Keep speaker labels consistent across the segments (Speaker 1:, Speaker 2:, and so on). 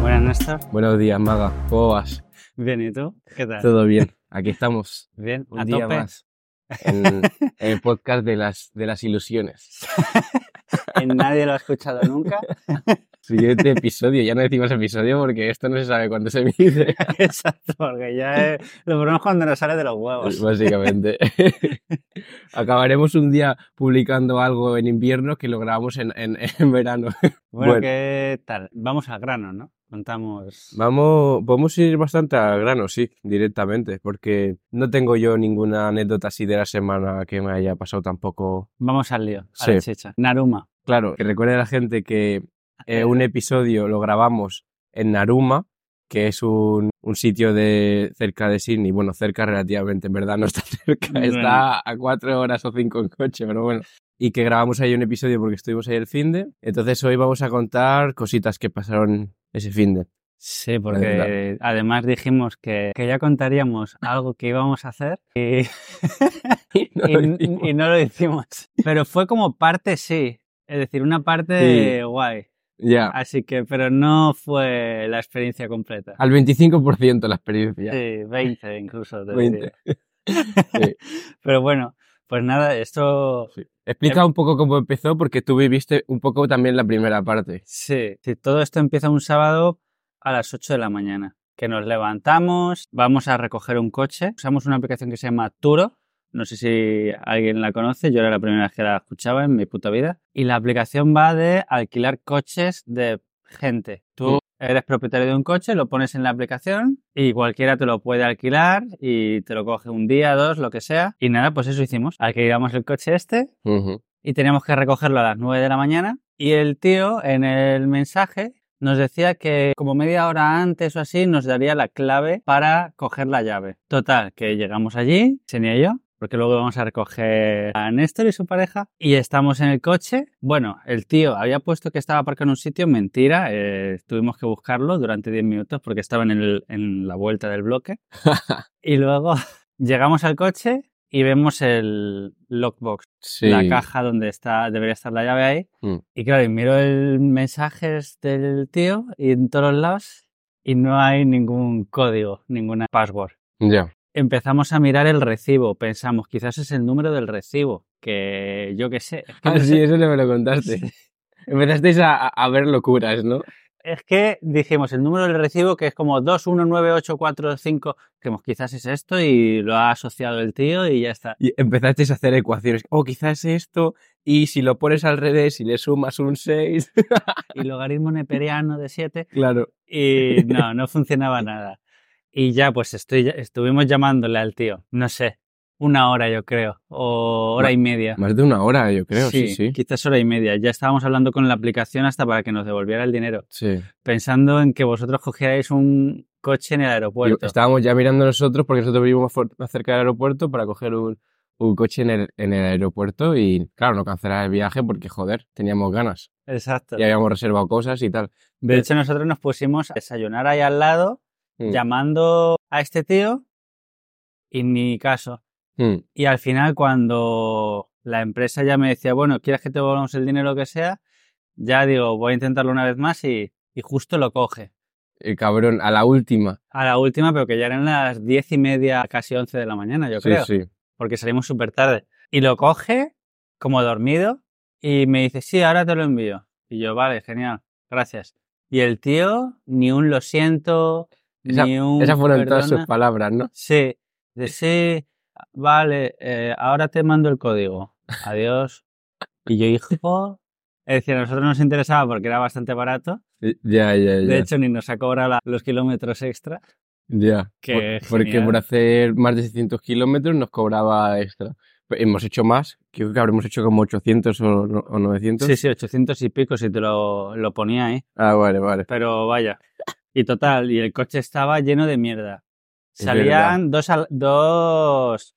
Speaker 1: Buenas, Néstor.
Speaker 2: Buenos días, Maga. ¿Cómo vas?
Speaker 1: Bien, ¿y tú? ¿Qué tal?
Speaker 2: Todo bien. Aquí estamos.
Speaker 1: Bien,
Speaker 2: Un
Speaker 1: a
Speaker 2: día
Speaker 1: tope.
Speaker 2: más. En, en el podcast de las, de las ilusiones.
Speaker 1: Eh, Nadie lo ha escuchado nunca.
Speaker 2: Siguiente episodio. Ya no decimos episodio porque esto no se sabe cuándo se emite.
Speaker 1: Exacto, porque ya eh, lo ponemos cuando nos sale de los huevos.
Speaker 2: Básicamente. Acabaremos un día publicando algo en invierno que lo grabamos en, en- en verano.
Speaker 1: Bueno,
Speaker 2: bueno.
Speaker 1: ¿qué tal? Vamos al grano, ¿no? Contamos.
Speaker 2: Vamos, podemos ir bastante al grano, sí, directamente, porque no tengo yo ninguna anécdota así de la semana que me haya pasado tampoco.
Speaker 1: Vamos al lío, a
Speaker 2: Sí.
Speaker 1: la chicha. Naruma.
Speaker 2: Claro, que recuerde a la gente que eh, un episodio lo grabamos en Naruma, que es un, un sitio de cerca de Sydney. Bueno, cerca relativamente, en verdad no está cerca,
Speaker 1: Bueno.
Speaker 2: está a cuatro horas o cinco en coche, pero bueno. Y que grabamos ahí un episodio porque estuvimos ahí el finde. Entonces hoy vamos a contar cositas que pasaron ese finde.
Speaker 1: Sí,
Speaker 2: verdad.
Speaker 1: porque además dijimos que, que ya contaríamos algo que íbamos a hacer y,
Speaker 2: Y no
Speaker 1: y-
Speaker 2: lo hicimos.
Speaker 1: y no lo hicimos. Pero fue como parte, sí. Es decir, una parte guay.
Speaker 2: Ya,
Speaker 1: Así que, pero no fue la experiencia completa.
Speaker 2: al 25% la experiencia.
Speaker 1: Sí, 20 incluso. te
Speaker 2: 20.
Speaker 1: diría. Pero bueno, pues nada, esto
Speaker 2: Explica un poco cómo empezó porque tú viviste un poco también la primera parte.
Speaker 1: Sí, sí, todo esto empieza un sábado a las 8 de la mañana. Que nos levantamos, vamos a recoger un coche, usamos una aplicación que se llama Turo. No sé si alguien la conoce, yo era la primera vez que la escuchaba en mi puta vida. Y la aplicación va de alquilar coches de gente. Tú eres propietario de un coche, lo pones en la aplicación y cualquiera te lo puede alquilar y te lo coge un día, dos, lo que sea. Y nada, pues eso hicimos. Alquilamos el coche este,
Speaker 2: Ujú.
Speaker 1: y teníamos que recogerlo a las 9 de la mañana. Y el tío en el mensaje nos decía que como media hora antes o así nos daría la clave para coger la llave. Total, que llegamos allí, Xenia y yo, porque luego vamos a recoger a Néstor y su pareja y estamos en el coche. Bueno, el tío había puesto que estaba aparcado en un sitio, mentira, eh, tuvimos que buscarlo durante 10 minutos porque estaba en, el- en la vuelta del bloque. y luego llegamos al coche y vemos el lockbox
Speaker 2: Sí.
Speaker 1: la caja donde está, debería estar la llave ahí.
Speaker 2: Mm.
Speaker 1: Y claro, y miro el mensajes del tío y en todos lados y no hay ningún código, ninguna password.
Speaker 2: Ya.
Speaker 1: Empezamos a mirar el recibo, pensamos, quizás es el número del recibo, que yo qué sé. Es que,
Speaker 2: Ah,
Speaker 1: no
Speaker 2: sí,
Speaker 1: sé-
Speaker 2: eso no me lo contaste. Empezasteis a, a- a ver locuras, ¿no?
Speaker 1: es que dijimos el número del recibo que es como 2198845, dijimos, quizás es esto y lo ha asociado el tío y ya está.
Speaker 2: Y empezasteis a hacer ecuaciones. O quizás esto, y si lo pones al revés y le sumas un 6.
Speaker 1: Y logaritmo neperiano de 7
Speaker 2: claro.
Speaker 1: y no, no funcionaba nada. Y ya, pues estoy, estuvimos llamándole al tío, no sé, una hora yo creo, o hora y media.
Speaker 2: Más de una hora, yo creo, sí, sí.
Speaker 1: Quizás hora y media. Ya estábamos hablando con la aplicación hasta para que nos devolviera el dinero,
Speaker 2: Sí.
Speaker 1: pensando en que vosotros cogierais un coche en el
Speaker 2: Y
Speaker 1: aeropuerto.
Speaker 2: estábamos ya mirando nosotros porque nosotros vivimos fu- más cerca del aeropuerto para coger un, un coche en el, en el aeropuerto y, claro, no cancelar el viaje porque, joder, teníamos ganas.
Speaker 1: Exacto.
Speaker 2: Y habíamos reservado cosas y tal.
Speaker 1: De hecho, nosotros nos pusimos a desayunar ahí al lado,
Speaker 2: Mm.
Speaker 1: llamando a este tío y ni caso.
Speaker 2: Mm.
Speaker 1: Y al final, cuando la empresa ya me decía, bueno, ¿quieres que te volvamos el dinero que sea? Ya digo, voy a intentarlo una vez más y, y justo lo coge.
Speaker 2: El cabrón, a la última.
Speaker 1: A la última, pero que ya eran las diez y media, casi once de la mañana, yo
Speaker 2: sí,
Speaker 1: creo,
Speaker 2: sí.
Speaker 1: porque salimos súper tarde. Y lo coge, como dormido, y me dice, sí, ahora te lo envío. Y yo, vale, genial, gracias. Y el tío, ni un lo siento,
Speaker 2: Esa-
Speaker 1: ni un.
Speaker 2: Esas fueron todas
Speaker 1: "Perdona".
Speaker 2: sus palabras, ¿no?
Speaker 1: Sí, de sí, vale, eh, ahora te mando el código. Adiós. Y yo, hijo. Es decir, a nosotros nos interesaba porque era bastante barato.
Speaker 2: Ya, ya, ya.
Speaker 1: De hecho, ni nos ha cobrado la- los kilómetros extra.
Speaker 2: Ya.
Speaker 1: Qué
Speaker 2: Por- porque
Speaker 1: genial.
Speaker 2: por hacer más de 600 kilómetros nos cobraba extra. Pero Hemos hecho más, creo que habremos hecho como 800 o, o 900.
Speaker 1: Sí, sí, 800 y pico si te lo, lo ponía ahí.
Speaker 2: Ah, vale, vale.
Speaker 1: Pero vaya. Y total, y el coche estaba lleno de mierda.
Speaker 2: Es
Speaker 1: Salían dos, al- dos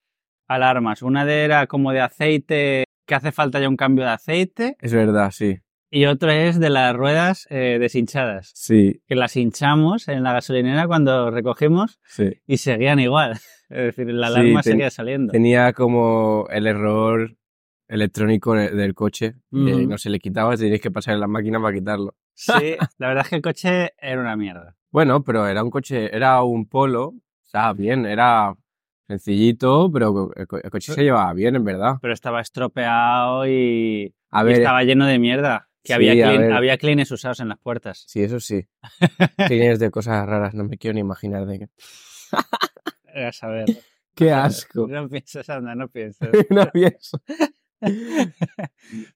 Speaker 1: alarmas. Una de era como de aceite, que hace falta ya un cambio de aceite.
Speaker 2: Es verdad, sí.
Speaker 1: Y otra es de las ruedas eh, deshinchadas.
Speaker 2: Sí,
Speaker 1: que las hinchamos en la gasolinera cuando recogimos
Speaker 2: sí.
Speaker 1: y seguían igual. Es decir, la
Speaker 2: Sí,
Speaker 1: alarma
Speaker 2: ten-
Speaker 1: seguía saliendo.
Speaker 2: Tenía como el error electrónico de- del coche.
Speaker 1: Ujú.
Speaker 2: eh, no se le quitaba, tenías que pasar en la máquina para quitarlo.
Speaker 1: Sí, la verdad es que el coche era una mierda.
Speaker 2: Bueno, pero era un coche, era un polo, o sea, bien, era sencillito, pero el, co- el coche
Speaker 1: Eh.
Speaker 2: se llevaba bien, en verdad.
Speaker 1: Pero estaba estropeado y,
Speaker 2: A
Speaker 1: y
Speaker 2: ver,
Speaker 1: estaba lleno de mierda. Que
Speaker 2: Sí,
Speaker 1: había,
Speaker 2: a
Speaker 1: clean-
Speaker 2: ver.
Speaker 1: había cleaners usados en las puertas.
Speaker 2: sí, eso sí. Tienes de cosas raras, no me quiero ni imaginar de qué.
Speaker 1: A saber.
Speaker 2: ¡Qué asco!
Speaker 1: No pienses, anda, no pienses.
Speaker 2: No pienso.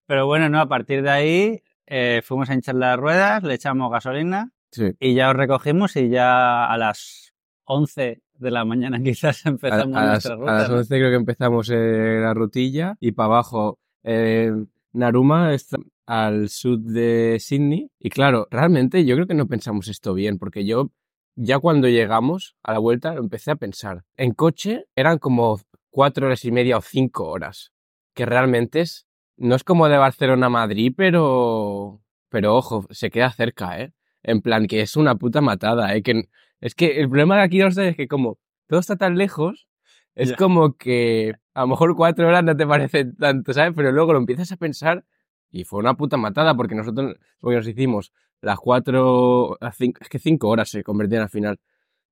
Speaker 1: Pero bueno, no, a partir de ahí eh, fuimos a hinchar las ruedas, le echamos gasolina
Speaker 2: Sí.
Speaker 1: y ya os recogimos y ya a las 11 de la mañana quizás
Speaker 2: A, a
Speaker 1: empezamos
Speaker 2: las,
Speaker 1: nuestra
Speaker 2: a
Speaker 1: ruta.
Speaker 2: las
Speaker 1: ¿no?
Speaker 2: 11 creo que empezamos eh, la rutilla y para abajo. eh, Naruma está al sur de Sydney. Y claro, realmente yo creo que no pensamos esto bien, porque yo ya cuando llegamos a la vuelta lo empecé a pensar. En coche eran como cuatro horas y media o cinco horas, que realmente es, no es como de Barcelona a Madrid, pero, pero ojo, se queda cerca, ¿eh? En plan, que es una puta matada, ¿eh? Que, n- es que el problema de aquí, no sé, es que como todo está tan lejos, es
Speaker 1: Ya.
Speaker 2: como que a lo mejor cuatro horas no te parece tanto, ¿sabes? Pero luego lo empiezas a pensar y fue una puta matada porque nosotros porque nos hicimos las cuatro, las cinco, es que cinco horas se convertían al final.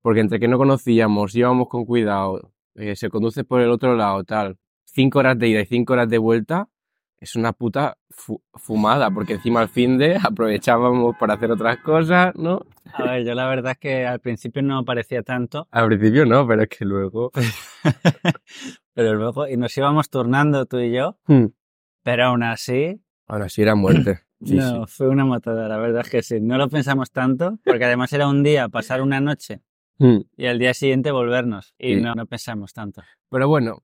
Speaker 2: Porque entre que no conocíamos, íbamos con cuidado, eh, se conduce por el otro lado, tal. Cinco horas de ida y cinco horas de vuelta es una puta fu- fumada, porque encima al fin de aprovechábamos para hacer otras cosas, ¿no?
Speaker 1: A ver, yo la verdad es que al principio no parecía tanto,
Speaker 2: Al principio no, pero es que luego.
Speaker 1: pero luego, y nos íbamos turnando tú y yo,
Speaker 2: hmm,
Speaker 1: pero aún así,
Speaker 2: Ahora sí era muerte. Sí,
Speaker 1: no,
Speaker 2: sí.
Speaker 1: fue una matada, la verdad es que sí, no lo pensamos tanto, porque además era un día, pasar una noche
Speaker 2: Hmm.
Speaker 1: y al día siguiente volvernos, y
Speaker 2: Sí.
Speaker 1: no, no pensamos tanto.
Speaker 2: Pero bueno,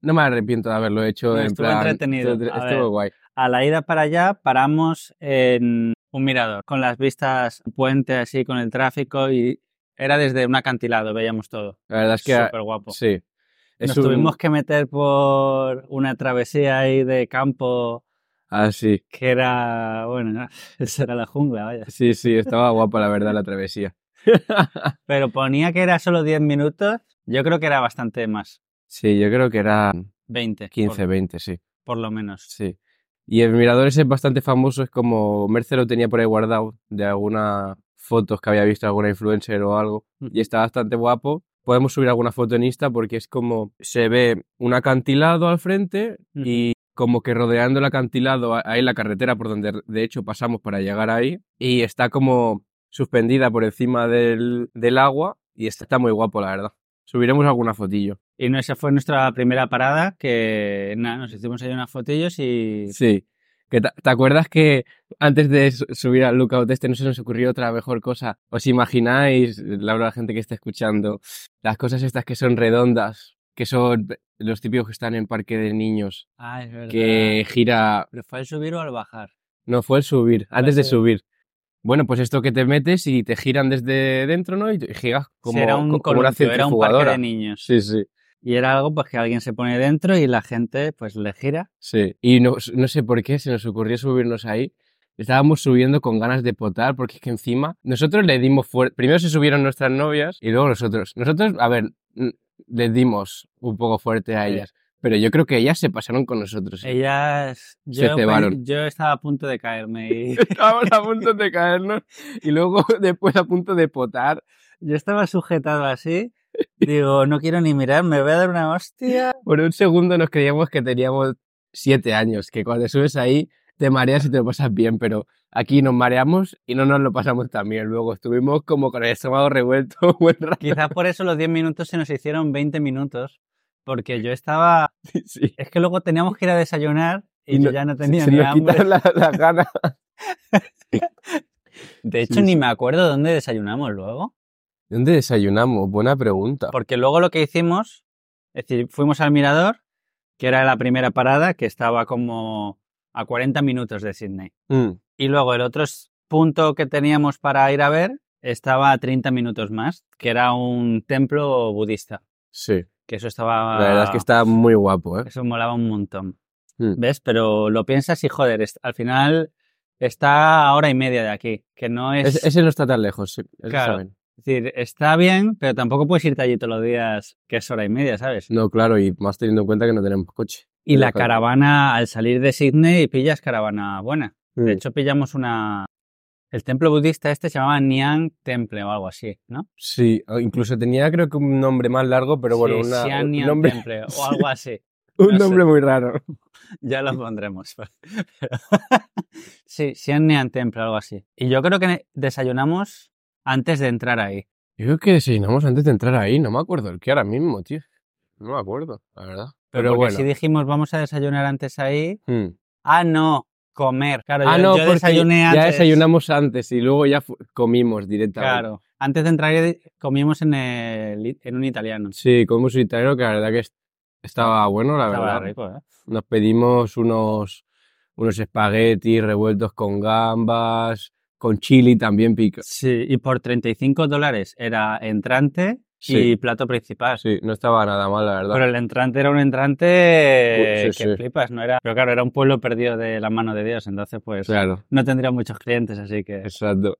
Speaker 2: no me arrepiento de haberlo hecho.
Speaker 1: No,
Speaker 2: en
Speaker 1: estuvo
Speaker 2: plan,
Speaker 1: entretenido.
Speaker 2: estuvo,
Speaker 1: A
Speaker 2: estuvo
Speaker 1: ver.
Speaker 2: guay.
Speaker 1: A la ida para allá paramos en un mirador, con las vistas, un puente así, con el tráfico y era desde un acantilado, veíamos todo.
Speaker 2: La verdad es que.
Speaker 1: Súper guapo.
Speaker 2: Sí. Es
Speaker 1: Nos
Speaker 2: un-
Speaker 1: tuvimos que meter por una travesía ahí de campo
Speaker 2: Ah, sí.
Speaker 1: que era, bueno, eso era la jungla, vaya.
Speaker 2: Sí, sí, estaba guapa la verdad la travesía.
Speaker 1: Pero ponía que era solo 10 minutos, yo creo que era bastante más,
Speaker 2: Sí, yo creo que era
Speaker 1: 20, por-
Speaker 2: 15, 20, sí.
Speaker 1: por, lo menos.
Speaker 2: Sí. Y el mirador ese es bastante famoso, es como Merce lo tenía por ahí guardado de algunas fotos que había visto alguna influencer o algo.
Speaker 1: Mm.
Speaker 2: Y está bastante guapo. Podemos subir alguna foto en Insta porque es como se ve un acantilado al frente y como que rodeando el acantilado hay la carretera por donde de hecho pasamos para llegar ahí y está como suspendida por encima del, del agua y está, está muy guapo la verdad. Subiremos alguna fotillo.
Speaker 1: Y no, esa fue nuestra primera parada, que nada, nos hicimos ahí unas fotillos y
Speaker 2: Sí. Que ta- ¿Te acuerdas que antes de su- subir al Lookout este no se nos ocurrió otra mejor cosa? ¿Os imagináis, la verdad, la gente que está escuchando, las cosas estas que son redondas, que son los típicos que están en parque de niños,
Speaker 1: Ah, es verdad.
Speaker 2: que gira...
Speaker 1: ¿Pero fue al subir o al bajar?
Speaker 2: No, fue el subir, antes de
Speaker 1: sí.
Speaker 2: subir. Bueno, pues esto que te metes y te giran desde dentro, ¿no? Y te- y giras como,
Speaker 1: Sí, era un
Speaker 2: co- como una
Speaker 1: columpio, era un parque
Speaker 2: centrifugadora.
Speaker 1: de niños.
Speaker 2: Sí, sí.
Speaker 1: Y era algo pues que alguien se pone dentro y la gente pues le gira.
Speaker 2: Sí, y no, no sé por qué se nos ocurrió subirnos ahí. Estábamos subiendo con ganas de potar porque es que encima nosotros le dimos fuerte. Primero se subieron nuestras novias y luego nosotros. Nosotros, a ver, n- les dimos un poco fuerte a
Speaker 1: Sí.
Speaker 2: ellas, pero yo creo que ellas se pasaron con nosotros. ¿eh?
Speaker 1: Ellas
Speaker 2: Se
Speaker 1: yo,
Speaker 2: cebaron.
Speaker 1: yo estaba a punto de caerme y
Speaker 2: Estábamos a punto de caernos y luego después a punto de potar.
Speaker 1: yo estaba sujetado así. Digo, no quiero ni mirar, me voy a dar una hostia.
Speaker 2: Por un segundo nos creíamos que teníamos siete años, que cuando subes ahí te mareas y te lo pasas bien, pero aquí nos mareamos y no nos lo pasamos tan bien. Luego estuvimos como con el estómago revuelto un buen rato.
Speaker 1: Quizás por eso los 10 minutos se nos hicieron 20 minutos. Porque yo estaba.
Speaker 2: Sí.
Speaker 1: Es que luego teníamos que ir a desayunar y,
Speaker 2: Y
Speaker 1: yo
Speaker 2: no-
Speaker 1: ya no tenía
Speaker 2: Se
Speaker 1: ni
Speaker 2: nos
Speaker 1: hambre.
Speaker 2: quitan la- las ganas.
Speaker 1: De hecho,
Speaker 2: Sí,
Speaker 1: ni
Speaker 2: sí.
Speaker 1: me acuerdo dónde desayunamos luego.
Speaker 2: ¿Dónde desayunamos? Buena pregunta.
Speaker 1: Porque luego lo que hicimos, es decir, fuimos al mirador, que era la primera parada, que estaba como a 40 minutos de Sydney.
Speaker 2: Mm,
Speaker 1: Y luego el otro s- punto que teníamos para ir a ver estaba a 30 minutos más, que era un templo budista.
Speaker 2: sí,
Speaker 1: Que eso estaba.
Speaker 2: la verdad es
Speaker 1: Ah.
Speaker 2: que está muy guapo, ¿eh?
Speaker 1: Eso molaba un montón.
Speaker 2: Mm.
Speaker 1: ¿Ves? Pero lo piensas y joder, es- al final está a hora y media de aquí. Que no es.
Speaker 2: Es- ese no está tan lejos, sí. eso
Speaker 1: Claro.
Speaker 2: saben.
Speaker 1: es decir, está bien, pero tampoco puedes irte allí todos los días, que es hora y media, ¿sabes?
Speaker 2: No, claro, y más teniendo en cuenta que no tenemos coche.
Speaker 1: Y la
Speaker 2: Ojalá.
Speaker 1: caravana, al salir de Sydney, pillas caravana buena.
Speaker 2: Mm.
Speaker 1: De hecho, pillamos una El templo budista este se llamaba Nian Temple o algo así, ¿no?
Speaker 2: Sí, o incluso tenía creo que un nombre más largo, pero bueno,
Speaker 1: Sí,
Speaker 2: una-
Speaker 1: Xian
Speaker 2: un
Speaker 1: Nian
Speaker 2: nombre,
Speaker 1: Temple
Speaker 2: sí,
Speaker 1: o algo así.
Speaker 2: un
Speaker 1: no sé.
Speaker 2: nombre muy raro.
Speaker 1: Ya lo pondremos. pero- sí, Xian Nian Temple o algo así. Y yo creo que ne- desayunamos antes de entrar ahí.
Speaker 2: Yo creo que desayunamos antes de entrar ahí, no me acuerdo el que ahora mismo, tío. No me acuerdo, la verdad. Pero,
Speaker 1: porque
Speaker 2: bueno.
Speaker 1: si dijimos vamos a desayunar antes ahí.
Speaker 2: mm.
Speaker 1: Ah, no, comer. Claro,
Speaker 2: Ah,
Speaker 1: yo,
Speaker 2: no,
Speaker 1: yo
Speaker 2: porque
Speaker 1: desayuné antes.
Speaker 2: ya desayunamos antes y luego ya fu- comimos directamente.
Speaker 1: Claro. Antes de entrar ahí comimos en, el i- en un italiano.
Speaker 2: Sí, comimos un italiano que la verdad que est- estaba bueno, la
Speaker 1: Estaba
Speaker 2: verdad.
Speaker 1: rico, ¿eh?
Speaker 2: Nos pedimos unos, unos espaguetis revueltos con gambas, con chili también pica.
Speaker 1: Sí, y por 35 dólares era entrante
Speaker 2: Sí.
Speaker 1: y plato principal.
Speaker 2: Sí, no estaba nada mal, la verdad.
Speaker 1: Pero el entrante era un entrante
Speaker 2: Uy, sí,
Speaker 1: que
Speaker 2: sí.
Speaker 1: flipas, no era. Pero claro, era un pueblo perdido de la mano de Dios, entonces pues
Speaker 2: Claro,
Speaker 1: no tendría muchos clientes, así que
Speaker 2: exacto.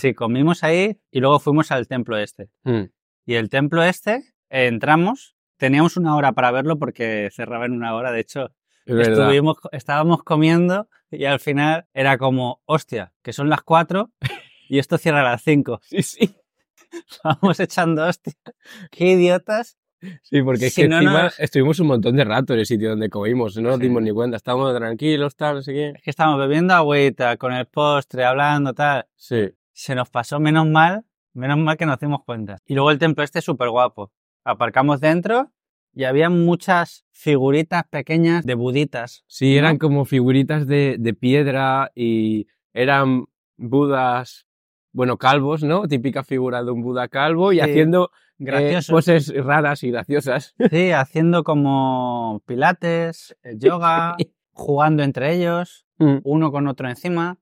Speaker 1: sí, comimos ahí y luego fuimos al templo este.
Speaker 2: Mm,
Speaker 1: Y el templo este, eh, entramos, teníamos una hora para verlo porque cerraba en una hora, de hecho,
Speaker 2: es verdad.
Speaker 1: estuvimos, estábamos comiendo y al final era como, hostia, que son las 4 y esto cierra a las 5.
Speaker 2: Sí, sí.
Speaker 1: Vamos echando hostia. Qué idiotas.
Speaker 2: Sí, porque es
Speaker 1: Si
Speaker 2: que
Speaker 1: no,
Speaker 2: encima
Speaker 1: no-
Speaker 2: estuvimos un montón de rato en el sitio donde comimos, no nos
Speaker 1: Sí.
Speaker 2: dimos ni cuenta, estábamos tranquilos, tal, no sé qué.
Speaker 1: Es que estábamos bebiendo agüita, con el postre, hablando, tal.
Speaker 2: Sí.
Speaker 1: Se nos pasó menos mal, menos mal que nos dimos cuenta. Y luego el templo este es súper guapo. Aparcamos dentro y había muchas figuritas pequeñas de buditas.
Speaker 2: Sí, eran
Speaker 1: ¿No?
Speaker 2: como figuritas de, de piedra y eran budas, bueno, calvos, ¿no? Típica figura de un buda calvo y
Speaker 1: Sí,
Speaker 2: haciendo eh,
Speaker 1: Graciosos.
Speaker 2: poses raras y graciosas.
Speaker 1: Sí, haciendo como pilates, eh, yoga, jugando entre ellos,
Speaker 2: Mm.
Speaker 1: uno con otro encima.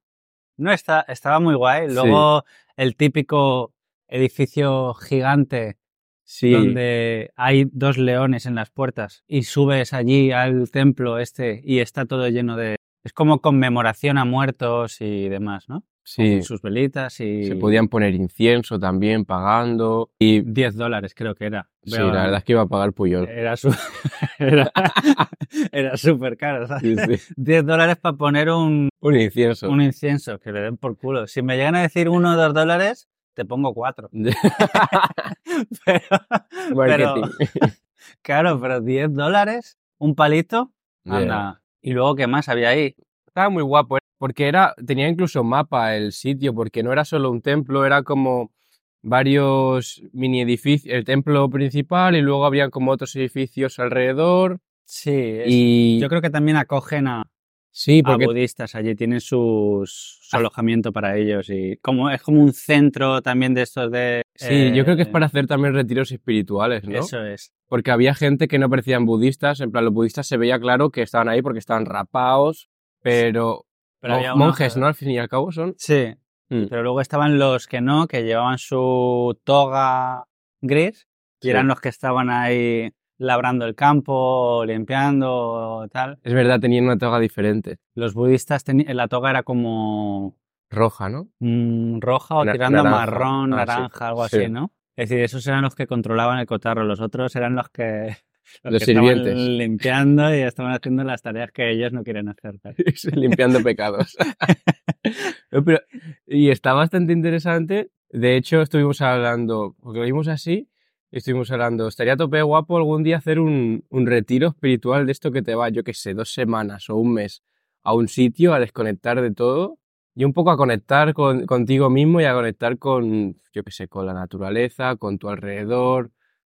Speaker 1: No, está, estaba muy guay. Luego el típico edificio gigante
Speaker 2: Sí,
Speaker 1: donde hay dos leones en las puertas y subes allí al templo este y está todo lleno de... Es como conmemoración a muertos y demás, ¿no?
Speaker 2: sí.
Speaker 1: Con sus velitas y...
Speaker 2: Se podían poner incienso también pagando y
Speaker 1: 10 dólares creo que era.
Speaker 2: sí,
Speaker 1: Pero
Speaker 2: la verdad es que iba a pagar Puyol.
Speaker 1: Era su- era- era súper caro. ¿sabes?
Speaker 2: Sí, sí.
Speaker 1: 10 dólares para poner un,
Speaker 2: Un incienso.
Speaker 1: un incienso, que le den por culo. Si me llegan a decir uno o dos dólares, te pongo cuatro. Pero, pero-
Speaker 2: Marketing.
Speaker 1: claro, pero 10 dólares, un palito, Anda. ¿Y luego qué más había ahí?
Speaker 2: Estaba muy guapo, eh, porque era, tenía incluso mapa el sitio, porque no era solo un templo, era como varios mini edificios, el templo principal y luego había como otros edificios alrededor.
Speaker 1: Sí, es-
Speaker 2: Y
Speaker 1: yo creo Ah, que también acogen a, a
Speaker 2: sí, porque Ah.
Speaker 1: budistas. Allí tienen sus, su alojamiento para ellos. y como Es como un centro también de estos de...
Speaker 2: sí, yo creo que es
Speaker 1: eh,
Speaker 2: para hacer también retiros espirituales, ¿no?
Speaker 1: Eso es.
Speaker 2: Porque había gente que no parecían budistas, en plan los budistas se veía claro que estaban ahí porque estaban rapados, pero,
Speaker 1: Pero
Speaker 2: mon-
Speaker 1: había uno-
Speaker 2: monjes, ¿no? Al fin y al cabo son.
Speaker 1: Sí,
Speaker 2: Mm.
Speaker 1: pero luego estaban los que no, que llevaban su toga gris y
Speaker 2: Sí.
Speaker 1: eran los que estaban ahí labrando el campo, limpiando, tal.
Speaker 2: Es verdad, tenían una toga diferente,
Speaker 1: Los budistas, teni- la toga era como
Speaker 2: roja, ¿no?
Speaker 1: mm, roja o
Speaker 2: Na-
Speaker 1: tirando a
Speaker 2: naranja.
Speaker 1: marrón,
Speaker 2: Ah, sí.
Speaker 1: naranja, algo
Speaker 2: Sí.
Speaker 1: así, ¿no? Es decir, esos eran los que controlaban el cotarro, los otros eran los que,
Speaker 2: Los
Speaker 1: que estaban
Speaker 2: sirvientes.
Speaker 1: limpiando y estaban haciendo las tareas que ellos no quieren hacer. tal.
Speaker 2: limpiando pecados. No, pero- y está bastante interesante. De hecho, estuvimos hablando, porque lo vimos así, y estuvimos hablando, estaría a tope guapo algún día hacer un, un retiro espiritual de esto que te va, yo qué sé, dos semanas o un mes a un sitio a desconectar de todo y un poco a conectar con- contigo mismo y a conectar con, yo qué sé, con la naturaleza, con tu alrededor,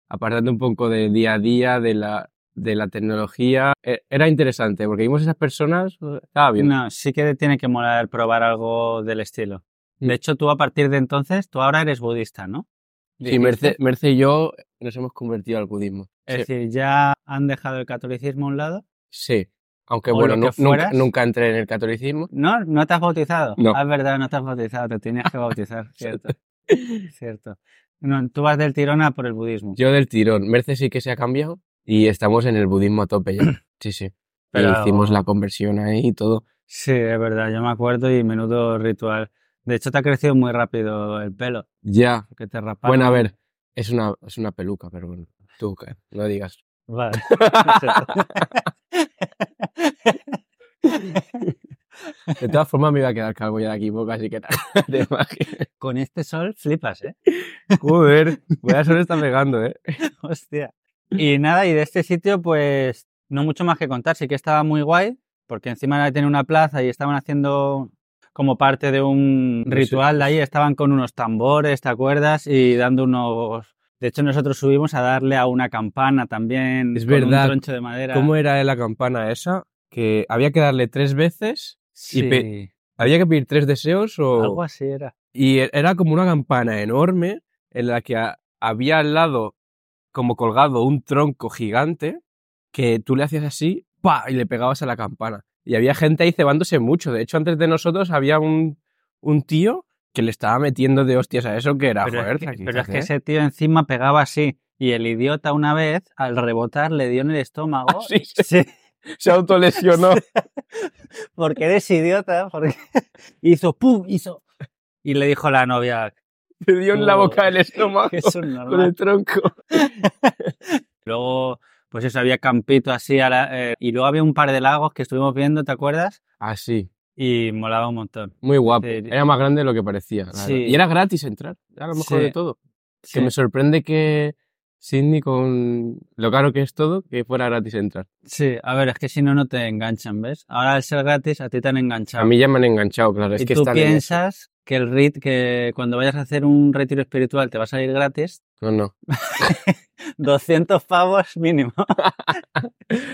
Speaker 2: apartando un poco del día a día, de la, de la tecnología. E- Era interesante, porque vimos esas personas, estaba bien.
Speaker 1: No, sí que tiene que molar probar algo del estilo.
Speaker 2: Mm.
Speaker 1: De hecho, tú a partir de entonces, tú ahora eres budista, ¿no?
Speaker 2: Sí,
Speaker 1: Dijiste.
Speaker 2: Merce, Merce y yo nos hemos convertido al budismo.
Speaker 1: Es
Speaker 2: Sí,
Speaker 1: decir, ya han dejado el catolicismo a un lado.
Speaker 2: sí. aunque
Speaker 1: o lo
Speaker 2: bueno, nu-
Speaker 1: que
Speaker 2: nunca,
Speaker 1: fueras.
Speaker 2: nunca entré en el catolicismo.
Speaker 1: No, no te has bautizado.
Speaker 2: No.
Speaker 1: Ah, es verdad, no te has bautizado, te tenías que bautizar, cierto. cierto. No, tú vas del tirón a por el budismo.
Speaker 2: Yo del tirón. Merce sí que se ha cambiado y estamos en el budismo a tope ya. Sí, sí. Y
Speaker 1: Pero-
Speaker 2: hicimos la conversión ahí y todo.
Speaker 1: Sí, es verdad, yo me acuerdo y menudo ritual. De hecho, te ha crecido muy rápido el pelo,
Speaker 2: Ya.
Speaker 1: que te raparon.
Speaker 2: Bueno, a ver, es una, es una peluca, pero bueno. Tú, que no digas.
Speaker 1: Vale.
Speaker 2: De todas formas, me iba a quedar calvo ya de aquí poco, así que nada, te imaginas.
Speaker 1: Con este sol flipas, ¿eh?
Speaker 2: Joder, vaya sol está pegando, ¿eh?
Speaker 1: Hostia. Y nada, y de este sitio, pues no mucho más que contar. Sí que estaba muy guay, porque encima tenía una plaza y estaban haciendo como parte de un
Speaker 2: Sí.
Speaker 1: ritual de ahí. Estaban con unos tambores, ¿te acuerdas? Y dando unos. De hecho, nosotros subimos a darle a una campana también.
Speaker 2: Es
Speaker 1: con
Speaker 2: verdad.
Speaker 1: Un troncho de madera.
Speaker 2: ¿Cómo era la campana esa? Que había que darle tres veces,
Speaker 1: Sí,
Speaker 2: pe- había que pedir tres deseos o...
Speaker 1: algo así era.
Speaker 2: Y e- era como una campana enorme en la que a- había al lado como colgado un tronco gigante que tú le hacías así, pa, y le pegabas a la campana. Y había gente ahí cebándose mucho. De hecho, antes de nosotros había un, un tío que le estaba metiendo de hostias a eso que era,
Speaker 1: pero
Speaker 2: joder,
Speaker 1: es que,
Speaker 2: tranquilízate,
Speaker 1: pero es que
Speaker 2: ¿eh?
Speaker 1: ese tío encima pegaba así. Y el idiota una vez, al rebotar, le dio en el estómago.
Speaker 2: Ah, sí, se,
Speaker 1: Sí.
Speaker 2: ¿eh? se autolesionó.
Speaker 1: porque eres idiota, porque hizo pum, hizo. Y le dijo la novia
Speaker 2: le dio en la boca el estómago
Speaker 1: que es un
Speaker 2: con el
Speaker 1: normal.
Speaker 2: tronco.
Speaker 1: Luego, pues eso, había campito así. a la- eh, y luego había un par de lagos que estuvimos viendo, ¿te acuerdas?
Speaker 2: Así,
Speaker 1: Y molaba un montón.
Speaker 2: muy guapo.
Speaker 1: Sí.
Speaker 2: Era más grande de lo que parecía. la
Speaker 1: Sí.
Speaker 2: verdad. Y era gratis entrar, era lo mejor
Speaker 1: Sí.
Speaker 2: de todo.
Speaker 1: Sí.
Speaker 2: Que me sorprende que Sydney, con lo caro que es todo, que fuera gratis entrar.
Speaker 1: Sí, a ver, es que si no, no te enganchan, ¿ves? Ahora al ser gratis, a ti te han enganchado.
Speaker 2: A mí ya me han enganchado, claro. Es
Speaker 1: y
Speaker 2: que
Speaker 1: tú
Speaker 2: están en eso.
Speaker 1: piensas que el rit, que cuando vayas a hacer un retiro espiritual te va a salir gratis,
Speaker 2: No, no.
Speaker 1: 200 pavos mínimo.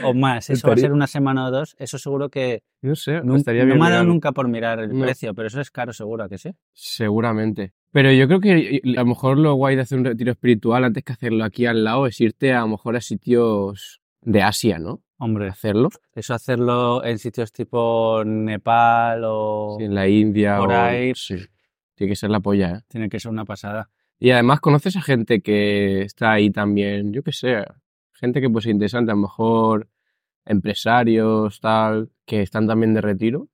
Speaker 1: o más, eso va a
Speaker 2: Estaría-
Speaker 1: ser una semana o dos. Eso seguro que
Speaker 2: No sé,
Speaker 1: nun-
Speaker 2: estaría
Speaker 1: no
Speaker 2: bien.
Speaker 1: me ha dado
Speaker 2: mirarlo,
Speaker 1: nunca por mirar el
Speaker 2: No.
Speaker 1: precio, pero eso es caro seguro, ¿a que sí?
Speaker 2: Seguramente. Pero yo creo que y- a lo mejor lo guay de hacer un retiro espiritual antes que hacerlo aquí al lado es irte a lo mejor a sitios de Asia, ¿no?
Speaker 1: Hombre,
Speaker 2: Hacerlo.
Speaker 1: eso hacerlo en sitios tipo Nepal o...
Speaker 2: Sí, en la India
Speaker 1: Por
Speaker 2: o-
Speaker 1: ahí.
Speaker 2: Sí. Tiene que ser la polla, ¿eh?
Speaker 1: Tiene que ser una pasada.
Speaker 2: Y además conoces a gente que está ahí también, yo qué sé, gente que pues es interesante, a lo mejor empresarios, tal, que están también de retiro.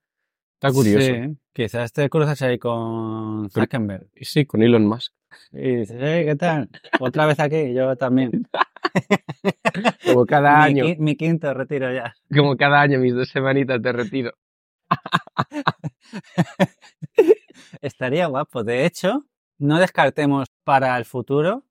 Speaker 2: Está curioso.
Speaker 1: Sí, quizás te cruzas ahí con
Speaker 2: Pero-
Speaker 1: Zuckerberg
Speaker 2: Y Sí, con Elon Musk.
Speaker 1: y dices, "Ey, ¿qué tal? Otra vez aquí, yo también.
Speaker 2: Como cada
Speaker 1: Mi
Speaker 2: año,
Speaker 1: qui- mi quinto retiro ya.
Speaker 2: como cada año, mis dos semanitas de retiro.
Speaker 1: Estaría guapo. De hecho, no descartemos para el futuro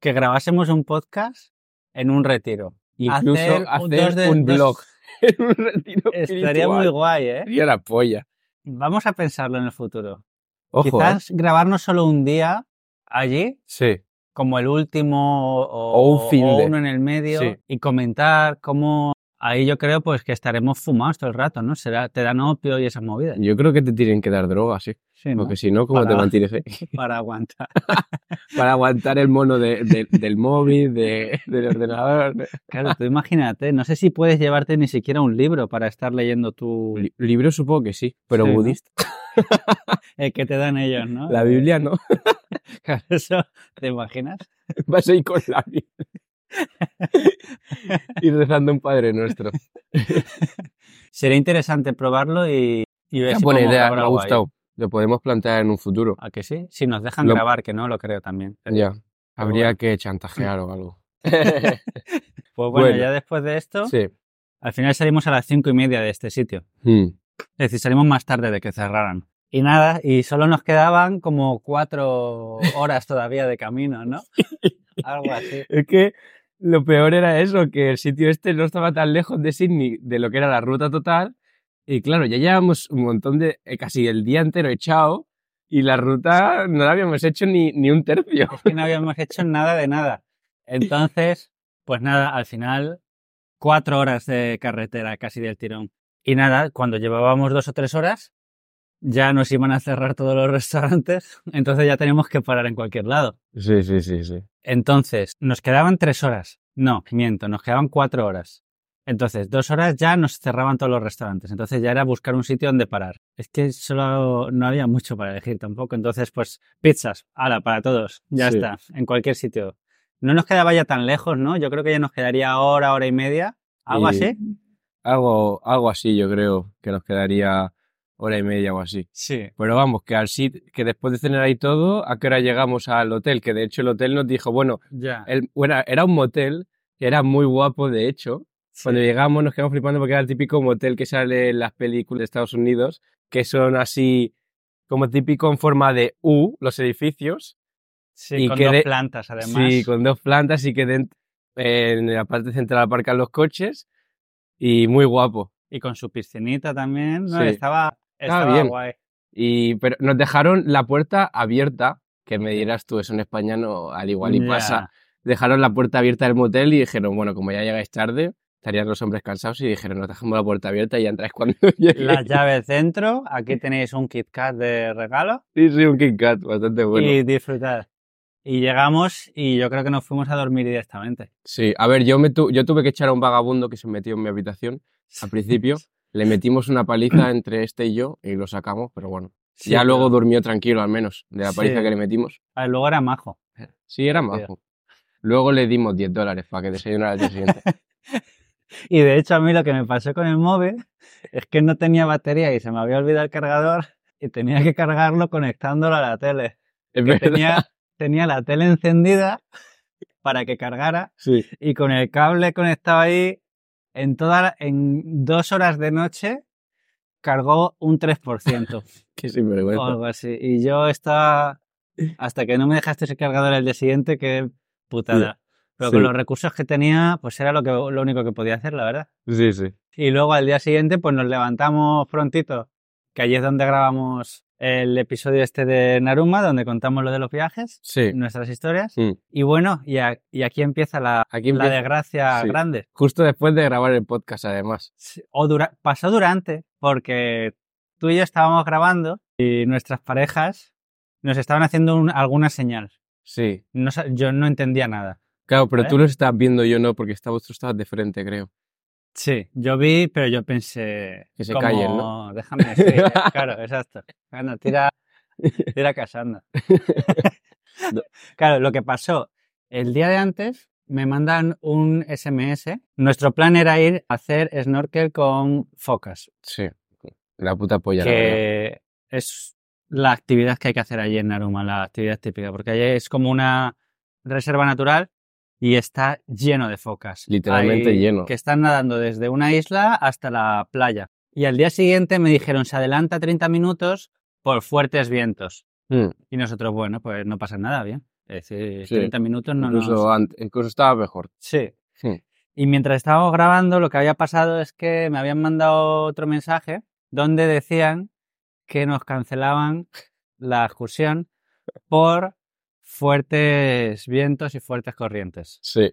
Speaker 1: que grabásemos un podcast en un retiro.
Speaker 2: Incluso
Speaker 1: Hacer
Speaker 2: hacer,
Speaker 1: un- dos de-
Speaker 2: un
Speaker 1: dos-
Speaker 2: blog en un retiro
Speaker 1: Estaría muy
Speaker 2: espiritual.
Speaker 1: guay, ¿eh?
Speaker 2: Sería la polla.
Speaker 1: Vamos a pensarlo en el futuro.
Speaker 2: Ojo, ¿eh?
Speaker 1: Quizás grabarnos solo un día allí,
Speaker 2: Sí.
Speaker 1: como el último o,
Speaker 2: O un fin de.
Speaker 1: uno en el medio,
Speaker 2: Sí.
Speaker 1: y comentar cómo... Ahí yo creo pues que estaremos fumados todo el rato, ¿no? Será, te dan opio y esas movidas.
Speaker 2: Yo creo que te tienen que dar drogas, sí.
Speaker 1: Sí, ¿no?
Speaker 2: Porque si no, ¿cómo te
Speaker 1: Para-
Speaker 2: mantienes ahí?
Speaker 1: Para aguantar.
Speaker 2: para aguantar el mono de- de- del móvil, de- del ordenador. de-
Speaker 1: Claro, tú imagínate, no sé si puedes llevarte ni siquiera un libro para estar leyendo tu...
Speaker 2: Li- libro supongo que sí, Eh. pero
Speaker 1: Sí, ¿no?
Speaker 2: budista.
Speaker 1: El que eh, te dan ellos, ¿no?
Speaker 2: La Biblia no.
Speaker 1: Claro, eso, ¿te imaginas?
Speaker 2: Vas ahí con la Biblia. y rezando un Padre Nuestro.
Speaker 1: Sería interesante probarlo y, y ver
Speaker 2: Qué
Speaker 1: si
Speaker 2: buena
Speaker 1: podemos
Speaker 2: idea,
Speaker 1: grabar
Speaker 2: me ha
Speaker 1: algo ahí.
Speaker 2: gustado. Lo podemos plantear en un futuro.
Speaker 1: ¿A que sí? Si nos dejan
Speaker 2: Lo-
Speaker 1: grabar, que no lo creo también.
Speaker 2: Ya. Habría
Speaker 1: bueno.
Speaker 2: que chantajear o algo.
Speaker 1: Pues bueno,
Speaker 2: Bueno.
Speaker 1: ya después de esto,
Speaker 2: sí.
Speaker 1: al final salimos a las cinco y media de este sitio.
Speaker 2: Hmm.
Speaker 1: Es decir, salimos más tarde de que cerraran. Y nada, y solo nos quedaban como cuatro horas todavía de camino, ¿no? Algo así.
Speaker 2: Es que lo peor era eso, que el sitio este no estaba tan lejos de Sydney, de lo que era la ruta total. Y claro, ya llevamos un montón de, eh, casi el día entero echado y la ruta no la habíamos hecho ni, ni un tercio.
Speaker 1: Es que no habíamos hecho nada de nada. Entonces, pues nada, al final, cuatro horas de carretera casi del tirón. Y nada, cuando llevábamos dos o tres horas, ya nos iban a cerrar todos los restaurantes, entonces ya teníamos que parar en cualquier lado.
Speaker 2: Sí, sí, sí, sí.
Speaker 1: Entonces, nos quedaban tres horas. No, miento, nos quedaban cuatro horas. Entonces, dos horas ya nos cerraban todos los restaurantes. Entonces ya era buscar un sitio donde parar. Es que solo no había mucho para elegir tampoco. Entonces, pues pizzas, ala, para todos. Ya
Speaker 2: Sí.
Speaker 1: está, en cualquier sitio. No nos quedaba ya tan lejos, ¿no? Yo creo que ya nos quedaría hora, hora y media. ¿Algo
Speaker 2: Y-
Speaker 1: así?
Speaker 2: Algo, algo así, yo creo, que nos quedaría hora y media o así.
Speaker 1: Sí.
Speaker 2: Pero vamos, que al sit- que después de cenar ahí todo, ¿a qué hora llegamos al hotel? Que de hecho el hotel nos dijo, bueno,
Speaker 1: Ya.
Speaker 2: el- bueno, era un motel, que era muy guapo, de hecho, Cuando llegamos nos quedamos flipando porque era el típico motel que sale en las películas de Estados Unidos, que son así como típico en forma de U, los edificios.
Speaker 1: Sí,
Speaker 2: Y
Speaker 1: con
Speaker 2: que
Speaker 1: dos
Speaker 2: de-
Speaker 1: plantas, además.
Speaker 2: Sí, con dos plantas y que dent- en la parte central aparcan los coches y muy guapo.
Speaker 1: Y con su piscinita también. No,
Speaker 2: Sí.
Speaker 1: estaba, estaba
Speaker 2: bien.
Speaker 1: guay.
Speaker 2: Y, pero nos dejaron la puerta abierta, que me dirás tú, eso en España no, al igual y
Speaker 1: Ya.
Speaker 2: pasa. Dejaron la puerta abierta del motel y dijeron, bueno, como ya llegáis tarde, estarían los hombres cansados y dijeron, nos dejamos la puerta abierta y ya entráis cuando lleguéis.
Speaker 1: Las llaves dentro. Aquí tenéis un Kit Kat de regalo.
Speaker 2: Sí, sí, un Kit Kat, bastante bueno.
Speaker 1: y disfrutar. Y llegamos y yo creo que nos fuimos a dormir directamente.
Speaker 2: Sí, a ver, yo, me tu- yo tuve que echar a un vagabundo que se metió en mi habitación al principio. Le metimos una paliza entre este y yo y lo sacamos, pero bueno.
Speaker 1: Sí,
Speaker 2: ya luego
Speaker 1: pero-
Speaker 2: durmió tranquilo al menos de la paliza
Speaker 1: Sí.
Speaker 2: que le metimos.
Speaker 1: Ah, luego era majo.
Speaker 2: Sí, era
Speaker 1: Hostia.
Speaker 2: majo. Luego le dimos 10 dólares para que desayunara al día siguiente.
Speaker 1: Y de hecho a mí lo que me pasó con el móvil es que no tenía batería y se me había olvidado el cargador y tenía que cargarlo conectándolo a la tele. Que
Speaker 2: Es verdad.
Speaker 1: Tenía, tenía la tele encendida para que cargara
Speaker 2: Sí.
Speaker 1: y con el cable conectado ahí en, toda, la- en dos horas de noche cargó un 3%.
Speaker 2: Qué
Speaker 1: o
Speaker 2: sinvergüenza.
Speaker 1: algo así. Y yo estaba. Hasta que no me dejaste ese cargador el día siguiente, que putada. Pero con
Speaker 2: sí.
Speaker 1: los recursos que tenía, pues era lo, que, lo único que podía hacer, la verdad.
Speaker 2: Sí, sí.
Speaker 1: Y luego al día siguiente, pues nos levantamos prontito, que allí es donde grabamos el episodio este de Naruma, donde contamos lo de los viajes,
Speaker 2: Sí.
Speaker 1: nuestras historias.
Speaker 2: Mm.
Speaker 1: Y bueno, y, a- y aquí empieza la,
Speaker 2: Aquí
Speaker 1: la
Speaker 2: empieza-
Speaker 1: desgracia
Speaker 2: sí.
Speaker 1: grande.
Speaker 2: Justo después de grabar el podcast, además.
Speaker 1: Sí, O dura- pasó durante, porque tú y yo estábamos grabando y nuestras parejas nos estaban haciendo un- alguna señal.
Speaker 2: Sí.
Speaker 1: No sa- yo no entendía nada.
Speaker 2: Claro, pero
Speaker 1: ¿Eh?
Speaker 2: tú lo estás viendo, yo no, porque estabas, tú estabas de frente, creo.
Speaker 1: Sí, yo vi, pero yo pensé.
Speaker 2: Que se
Speaker 1: como,
Speaker 2: callen, ¿no?
Speaker 1: Déjame. sí, eh, claro, exacto. Bueno, tira, tira casando. claro, lo que pasó, el día de antes me mandan un SMS. Nuestro plan era ir a hacer snorkel con focas.
Speaker 2: Sí. La puta polla, la verdad.
Speaker 1: que es la actividad que hay que hacer allí en Naruma, la actividad típica, porque allí es como una reserva natural y está lleno de focas.
Speaker 2: Literalmente
Speaker 1: Hay-
Speaker 2: lleno.
Speaker 1: Que están nadando desde una isla hasta la playa. Y al día siguiente me dijeron, se adelanta 30 minutos por fuertes vientos.
Speaker 2: Mm.
Speaker 1: Y nosotros, bueno, pues no pasa nada, bien. Es decir,
Speaker 2: Sí.
Speaker 1: 30 minutos no
Speaker 2: incluso,
Speaker 1: nos...
Speaker 2: ant- incluso estaba mejor. Hmm,
Speaker 1: Sí.
Speaker 2: Sí.
Speaker 1: Y mientras estábamos grabando, lo que había pasado es que me habían mandado otro mensaje donde decían que nos cancelaban la excursión por fuertes vientos y fuertes corrientes.
Speaker 2: Sí.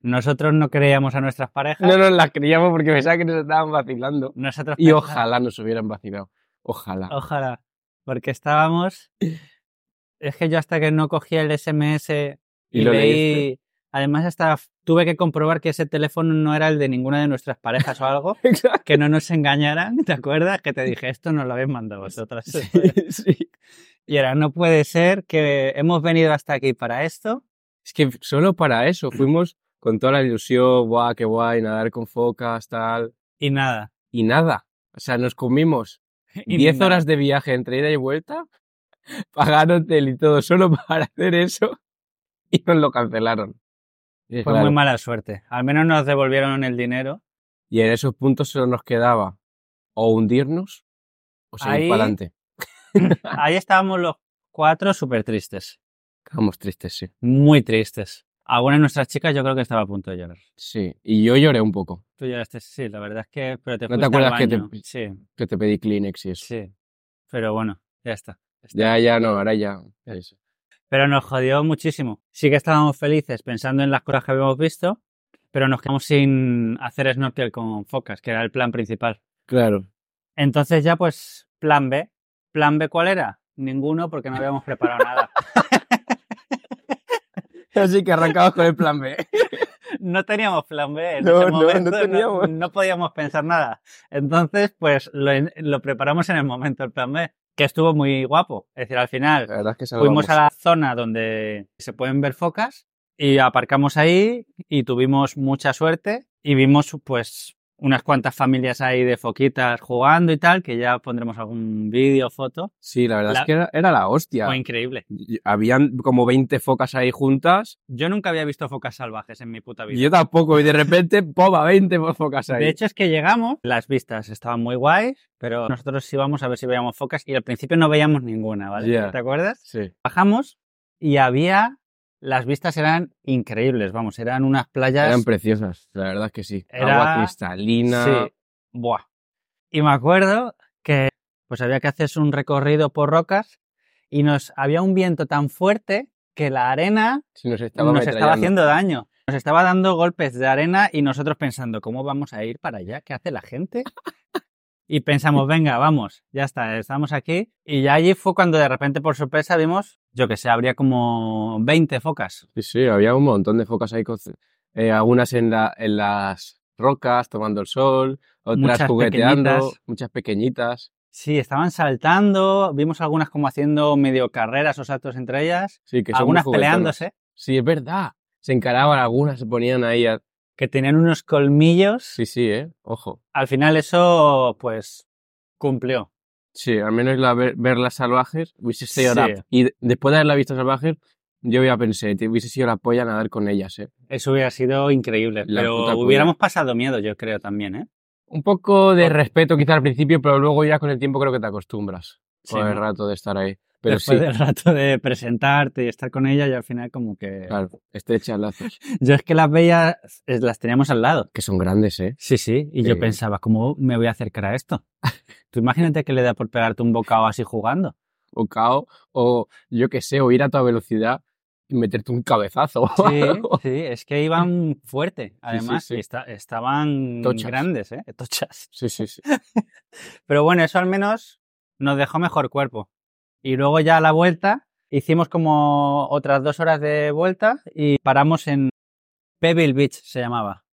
Speaker 1: Nosotros no creíamos a nuestras parejas.
Speaker 2: No nos las creíamos porque pensaba que nos estaban vacilando.
Speaker 1: Nosotros
Speaker 2: Y
Speaker 1: pensa-
Speaker 2: ojalá nos hubieran vacilado. Ojalá.
Speaker 1: Ojalá. Porque estábamos... Es que yo hasta que no cogí el SMS
Speaker 2: y,
Speaker 1: y,
Speaker 2: lo
Speaker 1: leí...
Speaker 2: leíste.
Speaker 1: Además, hasta tuve que comprobar que ese teléfono no era el de ninguna de nuestras parejas o algo.
Speaker 2: Exacto.
Speaker 1: que no nos engañaran, ¿te acuerdas? Que te dije, esto nos lo habéis mandado vosotras.
Speaker 2: Sí, sí.
Speaker 1: Y ahora, no puede ser que hemos venido hasta aquí para esto.
Speaker 2: Es que solo para eso fuimos con toda la ilusión, guau, qué guay, nadar con focas, tal.
Speaker 1: Y nada.
Speaker 2: Y nada. O sea, nos comimos
Speaker 1: Y
Speaker 2: 10
Speaker 1: nada.
Speaker 2: horas de viaje entre ida y vuelta, pagaron hotel y todo solo para hacer eso y nos lo cancelaron. Y,
Speaker 1: Fue
Speaker 2: claro,
Speaker 1: Pues muy mala suerte. Al menos nos devolvieron el dinero.
Speaker 2: y en esos puntos solo nos quedaba o hundirnos o seguir
Speaker 1: Ahí-
Speaker 2: para adelante. Ah.
Speaker 1: Ahí estábamos los cuatro súper tristes.
Speaker 2: Estábamos tristes, sí.
Speaker 1: Muy tristes. Alguna de nuestras chicas yo creo que estaba a punto de llorar.
Speaker 2: Sí, y yo lloré un poco,
Speaker 1: Tú lloraste, sí, la verdad es que... Pero te
Speaker 2: ¿No te
Speaker 1: fuiste al
Speaker 2: acuerdas que te-
Speaker 1: baño. Sí,
Speaker 2: que te pedí Kleenex y eso.
Speaker 1: sí. Pero bueno, ya está.
Speaker 2: Ya, ya, no, ahora ya. Eso.
Speaker 1: Pero nos jodió muchísimo. Sí que estábamos felices pensando en las cosas que habíamos visto, pero nos quedamos sin hacer snorkel con focas, que era el plan principal.
Speaker 2: Claro.
Speaker 1: Entonces ya pues plan B. ¿Plan B cuál era? Ninguno porque no habíamos preparado nada.
Speaker 2: Así que arrancamos con el plan B.
Speaker 1: No teníamos plan B. En
Speaker 2: No,
Speaker 1: ese
Speaker 2: no, no
Speaker 1: momento,
Speaker 2: teníamos.
Speaker 1: no podíamos pensar nada. Entonces pues lo, lo preparamos en el momento, el plan B, que estuvo muy guapo. Es decir, al final
Speaker 2: La verdad es que salvamos.
Speaker 1: Fuimos a la zona donde se pueden ver focas y aparcamos ahí y tuvimos mucha suerte y vimos pues unas cuantas familias ahí de foquitas jugando y tal, que ya pondremos algún vídeo, foto.
Speaker 2: Sí, la verdad
Speaker 1: La-
Speaker 2: es que era, era la hostia.
Speaker 1: Fue increíble.
Speaker 2: Y- Habían como 20 focas ahí juntas.
Speaker 1: Yo nunca había visto focas salvajes en mi puta vida.
Speaker 2: Y yo tampoco. Y de repente, ¡poma! 20 focas ahí.
Speaker 1: De hecho, es que llegamos, las vistas estaban muy guays, pero nosotros íbamos a ver si veíamos focas y al principio no veíamos ninguna, ¿vale?
Speaker 2: Ya.
Speaker 1: ¿Te acuerdas?
Speaker 2: sí.
Speaker 1: Bajamos y había. Las vistas eran increíbles, vamos, eran unas playas.
Speaker 2: Eran preciosas. La verdad es que sí.
Speaker 1: Era-
Speaker 2: Agua cristalina.
Speaker 1: Sí. Buah. Y me acuerdo que pues había que hacerse un recorrido por rocas y nos había un viento tan fuerte que la arena
Speaker 2: Se nos estaba
Speaker 1: nos estaba
Speaker 2: ametrallando.
Speaker 1: haciendo daño. Nos estaba dando golpes de arena y nosotros pensando, ¿cómo vamos a ir para allá? ¿Qué hace la gente? Y pensamos, venga, vamos, ya está, estamos aquí. Y ya allí fue cuando de repente, por sorpresa, vimos, yo que sé, habría como 20 focas.
Speaker 2: Sí, sí, había un montón de focas ahí, con- eh, algunas en, la, en las rocas tomando el sol, otras
Speaker 1: Muchas
Speaker 2: jugueteando,
Speaker 1: pequeñitas.
Speaker 2: muchas pequeñitas.
Speaker 1: Sí, estaban saltando, vimos algunas como haciendo medio carreras o saltos entre ellas,
Speaker 2: Sí, que son muy
Speaker 1: algunas
Speaker 2: juguetonas.
Speaker 1: peleándose.
Speaker 2: Sí, es verdad. Se encaraban algunas, se ponían ahí. a-
Speaker 1: que tenían unos colmillos.
Speaker 2: Sí, sí, eh. Ojo.
Speaker 1: Al final eso, pues, cumplió.
Speaker 2: Sí, al menos la ver, verlas salvajes hubiese sido
Speaker 1: Sí.
Speaker 2: la- Y de- después de haberla visto salvajes, yo ya pensé, te hubiese sido la polla nadar con ellas, eh.
Speaker 1: Eso hubiera sido increíble.
Speaker 2: La puta
Speaker 1: pero
Speaker 2: polla.
Speaker 1: hubiéramos pasado miedo, yo creo, también, ¿eh?
Speaker 2: Un poco de respeto quizá al principio, pero luego ya con el tiempo creo que te acostumbras. Con el
Speaker 1: ¿no?
Speaker 2: rato de estar ahí. Pues, Pero
Speaker 1: Después
Speaker 2: sí,
Speaker 1: del rato de presentarte y estar con ella y al final como que...
Speaker 2: claro, este estrechas lazos.
Speaker 1: Yo es que las veía, es- las teníamos al lado.
Speaker 2: Que son grandes, eh.
Speaker 1: Sí, sí. Y yo
Speaker 2: Sí.
Speaker 1: pensaba, ¿cómo me voy a acercar a esto? Tú imagínate que le da por pegarte un bocado así jugando.
Speaker 2: o cao, o yo qué sé, o ir a toda velocidad y meterte un cabezazo.
Speaker 1: Sí, sí. Es que iban fuerte, además.
Speaker 2: sí.
Speaker 1: y esta- estaban
Speaker 2: Tochas.
Speaker 1: grandes, ¿eh? Tochas.
Speaker 2: sí, sí, sí.
Speaker 1: Pero bueno, eso al menos nos dejó mejor cuerpo. Y luego ya a la vuelta hicimos como otras dos horas de vuelta y paramos en Pebble Beach, se llamaba.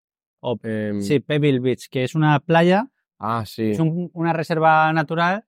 Speaker 2: Em,
Speaker 1: Sí, Pebble Beach, que es una playa,
Speaker 2: Ah, sí.
Speaker 1: es un- una reserva natural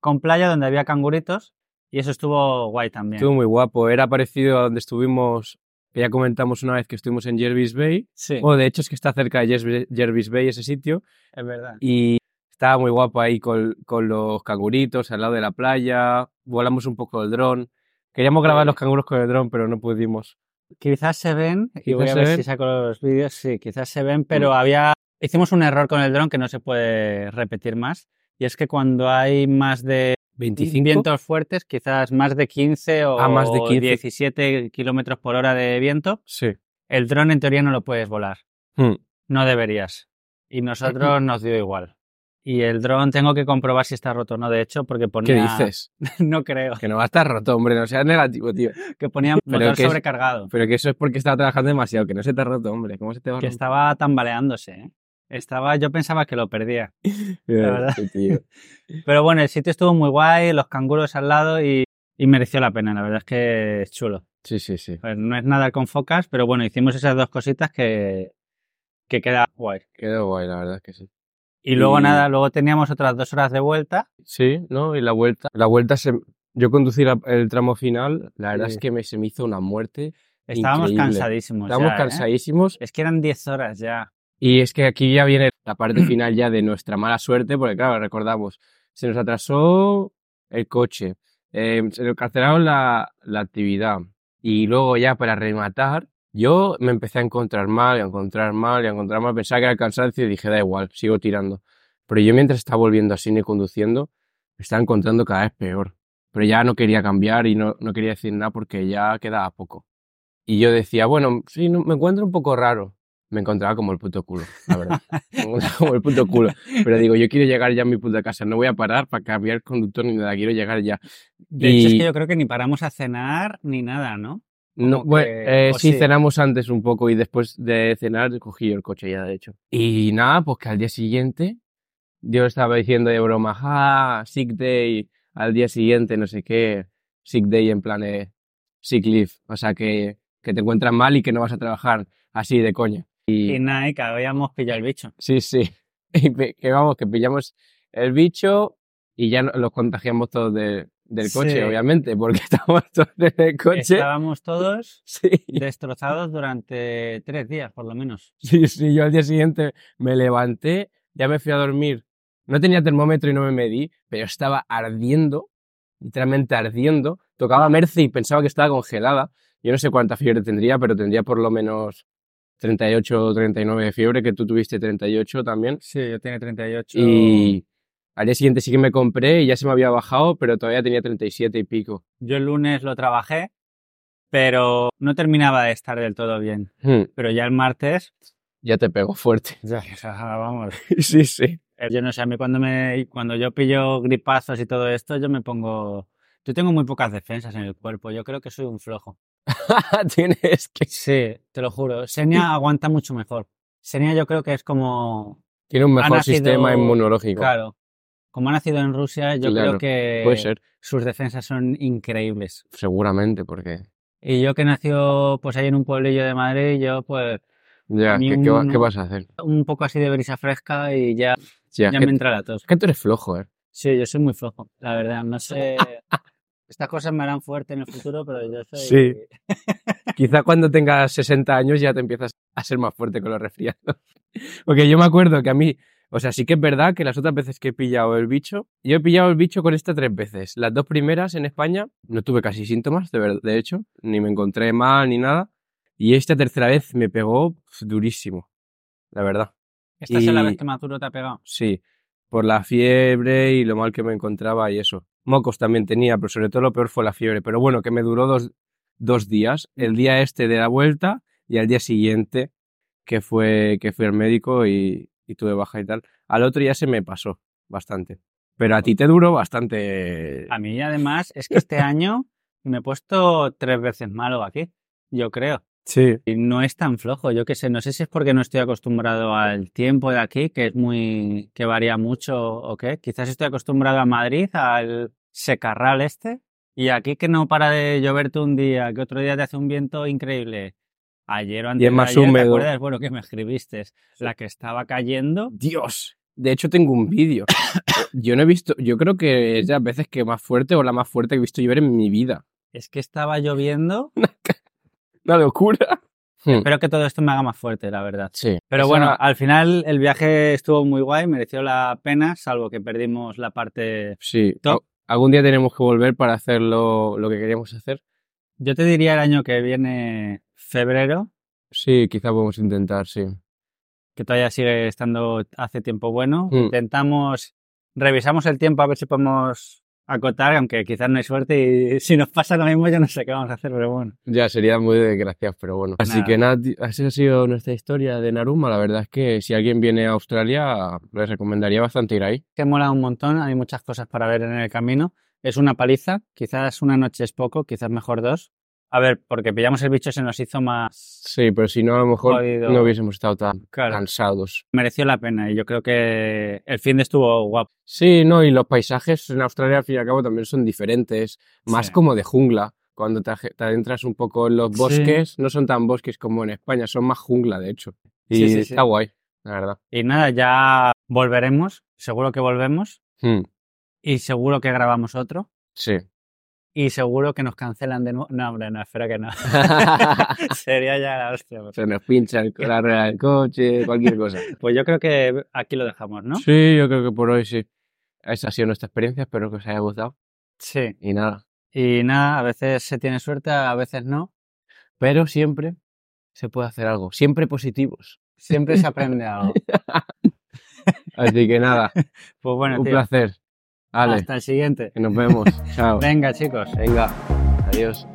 Speaker 1: con playa donde había canguritos y eso estuvo guay también.
Speaker 2: Estuvo muy guapo. Era parecido a donde estuvimos, que ya comentamos una vez que estuvimos en Jervis Bay.
Speaker 1: Sí,
Speaker 2: O de hecho es que está cerca de Jervis- Jervis Bay ese sitio.
Speaker 1: es verdad.
Speaker 2: Y estaba muy guapo ahí con, con los canguritos al lado de la playa. Volamos un poco el dron. Queríamos grabar
Speaker 1: Sí.
Speaker 2: los canguros con el dron, pero no pudimos.
Speaker 1: Quizás se ven, y
Speaker 2: Quizás
Speaker 1: voy a
Speaker 2: se
Speaker 1: ver Mm.
Speaker 2: ven.
Speaker 1: si saco los vídeos, sí, quizás se ven, pero había... Hicimos un error con el dron que no se puede repetir más, y es que cuando hay más de
Speaker 2: 25
Speaker 1: vientos fuertes, quizás más de 15 o
Speaker 2: Ah, más de 15.
Speaker 1: 17 kilómetros por hora de viento,
Speaker 2: Sí.
Speaker 1: el dron en teoría no lo puedes volar,
Speaker 2: Hmm.
Speaker 1: no deberías. Y nosotros nos dio igual. Y el dron tengo que comprobar si está roto o no, de hecho, porque
Speaker 2: ¿Qué
Speaker 1: ponía...
Speaker 2: dices?
Speaker 1: No creo,
Speaker 2: Que no va a estar roto, hombre. No seas negativo, tío.
Speaker 1: que ponía
Speaker 2: Pero
Speaker 1: motor
Speaker 2: que es-
Speaker 1: sobrecargado.
Speaker 2: Pero que eso es porque estaba trabajando demasiado, que no se te ha roto, hombre. ¿Cómo se te va a
Speaker 1: Que
Speaker 2: romper?
Speaker 1: estaba tambaleándose, ¿eh? Estaba, yo pensaba que lo perdía. la verdad.
Speaker 2: Este tío.
Speaker 1: Pero bueno, el sitio estuvo muy guay, los canguros al lado y, y mereció la pena. La verdad es que es chulo.
Speaker 2: Sí, sí, sí.
Speaker 1: A ver, Pues no es nada con focas, pero bueno, hicimos esas dos cositas que, que queda guay.
Speaker 2: Quedó guay, la verdad es que sí.
Speaker 1: Y luego
Speaker 2: Y-
Speaker 1: nada, luego teníamos otras dos horas de vuelta.
Speaker 2: Sí, ¿no? Y la vuelta. La vuelta se. Yo conducí la- el tramo final, la verdad
Speaker 1: Sí.
Speaker 2: es que me, se me hizo una muerte.
Speaker 1: Estábamos
Speaker 2: Increíble.
Speaker 1: cansadísimos. ya,
Speaker 2: Estábamos
Speaker 1: ¿eh?
Speaker 2: cansadísimos.
Speaker 1: Es que eran 10 horas ya.
Speaker 2: Y es que aquí ya viene la parte final ya de nuestra mala suerte, porque claro, recordamos, se nos atrasó el coche, eh, se nos cancelaron la, la actividad. Y luego ya para rematar, yo me empecé a encontrar mal, y a encontrar mal, y a encontrar mal. Pensaba que era el cansancio y dije, da igual, sigo tirando. Pero yo mientras estaba volviendo así y conduciendo, me estaba encontrando cada vez peor. Pero ya no quería cambiar y no, no quería decir nada porque ya quedaba poco. Y yo decía, bueno, sí, no- me encuentro un poco raro. Me encontraba como el puto culo, la verdad. Me encontraba como el puto culo. Pero digo, yo quiero llegar ya a mi puta casa, no voy a parar para cambiar el conductor ni nada, quiero llegar ya.
Speaker 1: De
Speaker 2: Y-
Speaker 1: hecho, es que yo creo que ni paramos a cenar ni nada, ¿no?
Speaker 2: no,
Speaker 1: Como
Speaker 2: bueno,
Speaker 1: que-
Speaker 2: eh,
Speaker 1: o
Speaker 2: sí,
Speaker 1: sí.
Speaker 2: cenamos antes un poco y después de cenar cogí yo el coche ya, de hecho. Y nada, pues que al día siguiente yo estaba diciendo de broma, ja, sick day, al día siguiente no sé qué, sick day en plan de sick leave, o sea que, que te encuentras mal y que no vas a trabajar así de coña.
Speaker 1: Y nada, y que habíamos pillado el bicho.
Speaker 2: Sí, sí. Y pe- que vamos, que pillamos el bicho y ya no- los contagiamos todos de- del coche,
Speaker 1: Sí.
Speaker 2: obviamente, porque estábamos todos en el coche.
Speaker 1: Estábamos todos
Speaker 2: Sí.
Speaker 1: destrozados durante tres días, por lo menos.
Speaker 2: Sí, sí, yo al día siguiente me levanté ya me fui a dormir. No tenía termómetro y no me medí, pero estaba ardiendo, literalmente ardiendo. Tocaba Mercy y pensaba que estaba congelada. Yo no sé cuánta fiebre tendría, pero tendría por lo menos 38 o 39 de fiebre, que tú tuviste 38 también.
Speaker 1: Sí, yo tenía 38.
Speaker 2: Y al día siguiente sí que me compré y ya se me había bajado, pero todavía tenía 37 y pico.
Speaker 1: Yo el lunes lo trabajé, pero no terminaba de estar del todo bien.
Speaker 2: Hmm,
Speaker 1: Pero ya el martes,
Speaker 2: Ya te pegó fuerte.
Speaker 1: ya, o sea, vamos.
Speaker 2: sí, sí.
Speaker 1: Eh, Yo no sé, a mí cuando, me, cuando yo pillo gripazos y todo esto, yo me pongo... Yo tengo muy pocas defensas en el cuerpo, yo creo que soy un flojo.
Speaker 2: Tienes que...
Speaker 1: Sí, te lo juro. Senia aguanta mucho mejor. Senia yo creo que es como...
Speaker 2: Tiene un mejor
Speaker 1: nacido-
Speaker 2: sistema inmunológico.
Speaker 1: Claro. Como ha nacido en Rusia, yo creo
Speaker 2: Claro,
Speaker 1: que
Speaker 2: Puede ser,
Speaker 1: sus defensas son increíbles.
Speaker 2: seguramente, porque...
Speaker 1: Y yo que nació pues ahí en un pueblillo de Madrid, yo pues
Speaker 2: Ya,
Speaker 1: A mí
Speaker 2: ¿qué, qué va-
Speaker 1: un-
Speaker 2: qué vas a hacer?
Speaker 1: un poco así de brisa fresca y ya,
Speaker 2: Ya,
Speaker 1: ya
Speaker 2: que,
Speaker 1: me entra la tos.
Speaker 2: que tú eres flojo, ¿eh?
Speaker 1: Sí, yo soy muy flojo, la verdad. No sé. Estas cosas me harán fuerte en el futuro, pero yo soy.
Speaker 2: Sí. Quizá cuando tengas 60 años ya te empiezas a ser más fuerte con los resfriados. Porque yo me acuerdo que a mí, o sea, sí que es verdad que las otras veces que he pillado el bicho, yo he pillado el bicho con esta tres veces. Las dos primeras en España no tuve casi síntomas, de, ver- de hecho, ni me encontré mal ni nada. Y esta tercera vez me pegó pf, durísimo, la verdad.
Speaker 1: Esta es la
Speaker 2: Y-
Speaker 1: vez que Maduro te ha pegado.
Speaker 2: Sí, por la fiebre y lo mal que me encontraba y eso. Mocos también tenía, pero sobre todo lo peor fue la fiebre. Pero bueno, que me duró dos, dos días. El día este de la vuelta y al día siguiente que fue que fui al médico y, y tuve baja y tal. Al otro ya se me pasó bastante. Pero a ti te duró bastante.
Speaker 1: A mí, además, es que este año me he puesto tres veces malo aquí, yo creo.
Speaker 2: Sí.
Speaker 1: Y no es tan flojo, yo qué sé, no sé si es porque no estoy acostumbrado al tiempo de aquí, que es muy, que varía mucho o qué. Quizás estoy acostumbrado a Madrid, al secarral este, y aquí que no para de lloverte un día, que otro día te hace un viento increíble. Ayer o antes de
Speaker 2: más
Speaker 1: ayer, ¿te
Speaker 2: húmedo.
Speaker 1: acuerdas? Bueno, que me escribiste, la que estaba cayendo.
Speaker 2: Dios. De hecho, tengo un vídeo. Yo no he visto, yo creo que es de las veces que más fuerte o la más fuerte que he visto llover en mi vida.
Speaker 1: Es que estaba lloviendo,
Speaker 2: Una locura.
Speaker 1: espero que todo esto me haga más fuerte, la verdad.
Speaker 2: Sí.
Speaker 1: Pero
Speaker 2: Esa-
Speaker 1: bueno, al final el viaje estuvo muy guay, mereció la pena, salvo que perdimos la parte
Speaker 2: Sí.
Speaker 1: Top.
Speaker 2: a- Algún día tenemos que volver para hacer lo, lo que queríamos hacer.
Speaker 1: Yo te diría el año que viene, febrero,
Speaker 2: Sí, quizá podemos intentar, sí.
Speaker 1: que todavía sigue estando hace tiempo bueno.
Speaker 2: Mm.
Speaker 1: Intentamos, revisamos el tiempo a ver si podemos acotar, aunque quizás no hay suerte y si nos pasa lo mismo yo no sé qué vamos a hacer, pero bueno.
Speaker 2: Ya sería muy desgraciado, pero bueno. Así
Speaker 1: Nada.
Speaker 2: que nada, ti- así ha sido nuestra historia de Naruma. La verdad es que si alguien viene a Australia, les recomendaría bastante ir ahí.
Speaker 1: Que mola un montón, hay muchas cosas para ver en el camino. Es una paliza, quizás una noche es poco, quizás mejor dos. A ver, porque pillamos el bicho se nos hizo más...
Speaker 2: Sí, pero si no, a lo mejor
Speaker 1: Jodido.
Speaker 2: no hubiésemos estado tan
Speaker 1: Claro.
Speaker 2: cansados.
Speaker 1: Mereció la pena y yo creo que el fin de estuvo guapo.
Speaker 2: Sí, no, y los paisajes en Australia al fin y al cabo también son diferentes, más
Speaker 1: Sí.
Speaker 2: como de jungla. Cuando te, aje- te adentras un poco en los
Speaker 1: Sí.
Speaker 2: bosques, no son tan bosques como en España, son más jungla, de hecho. Y
Speaker 1: Sí, sí, sí.
Speaker 2: está guay, la verdad.
Speaker 1: Y nada, ya volveremos, seguro que volvemos.
Speaker 2: Hmm,
Speaker 1: Y seguro que grabamos otro.
Speaker 2: sí.
Speaker 1: Y seguro que nos cancelan de nuevo. No, hombre, no, espero que no. Sería ya la hostia. pues.
Speaker 2: Se nos pincha el, la rueda del coche, cualquier cosa.
Speaker 1: Pues yo creo que aquí lo dejamos, ¿no?
Speaker 2: Sí, yo creo que por hoy sí. Esa ha sido nuestra experiencia, espero que os haya gustado.
Speaker 1: Sí.
Speaker 2: Y nada.
Speaker 1: Y nada, a veces se tiene suerte, a veces no.
Speaker 2: Pero siempre se puede hacer algo, siempre positivos.
Speaker 1: Siempre se aprende algo.
Speaker 2: Así que nada,
Speaker 1: Pues bueno,
Speaker 2: un
Speaker 1: tío,
Speaker 2: placer. Ale,
Speaker 1: hasta el siguiente.
Speaker 2: que nos vemos. Chao.
Speaker 1: Venga, chicos.
Speaker 2: Venga, adiós.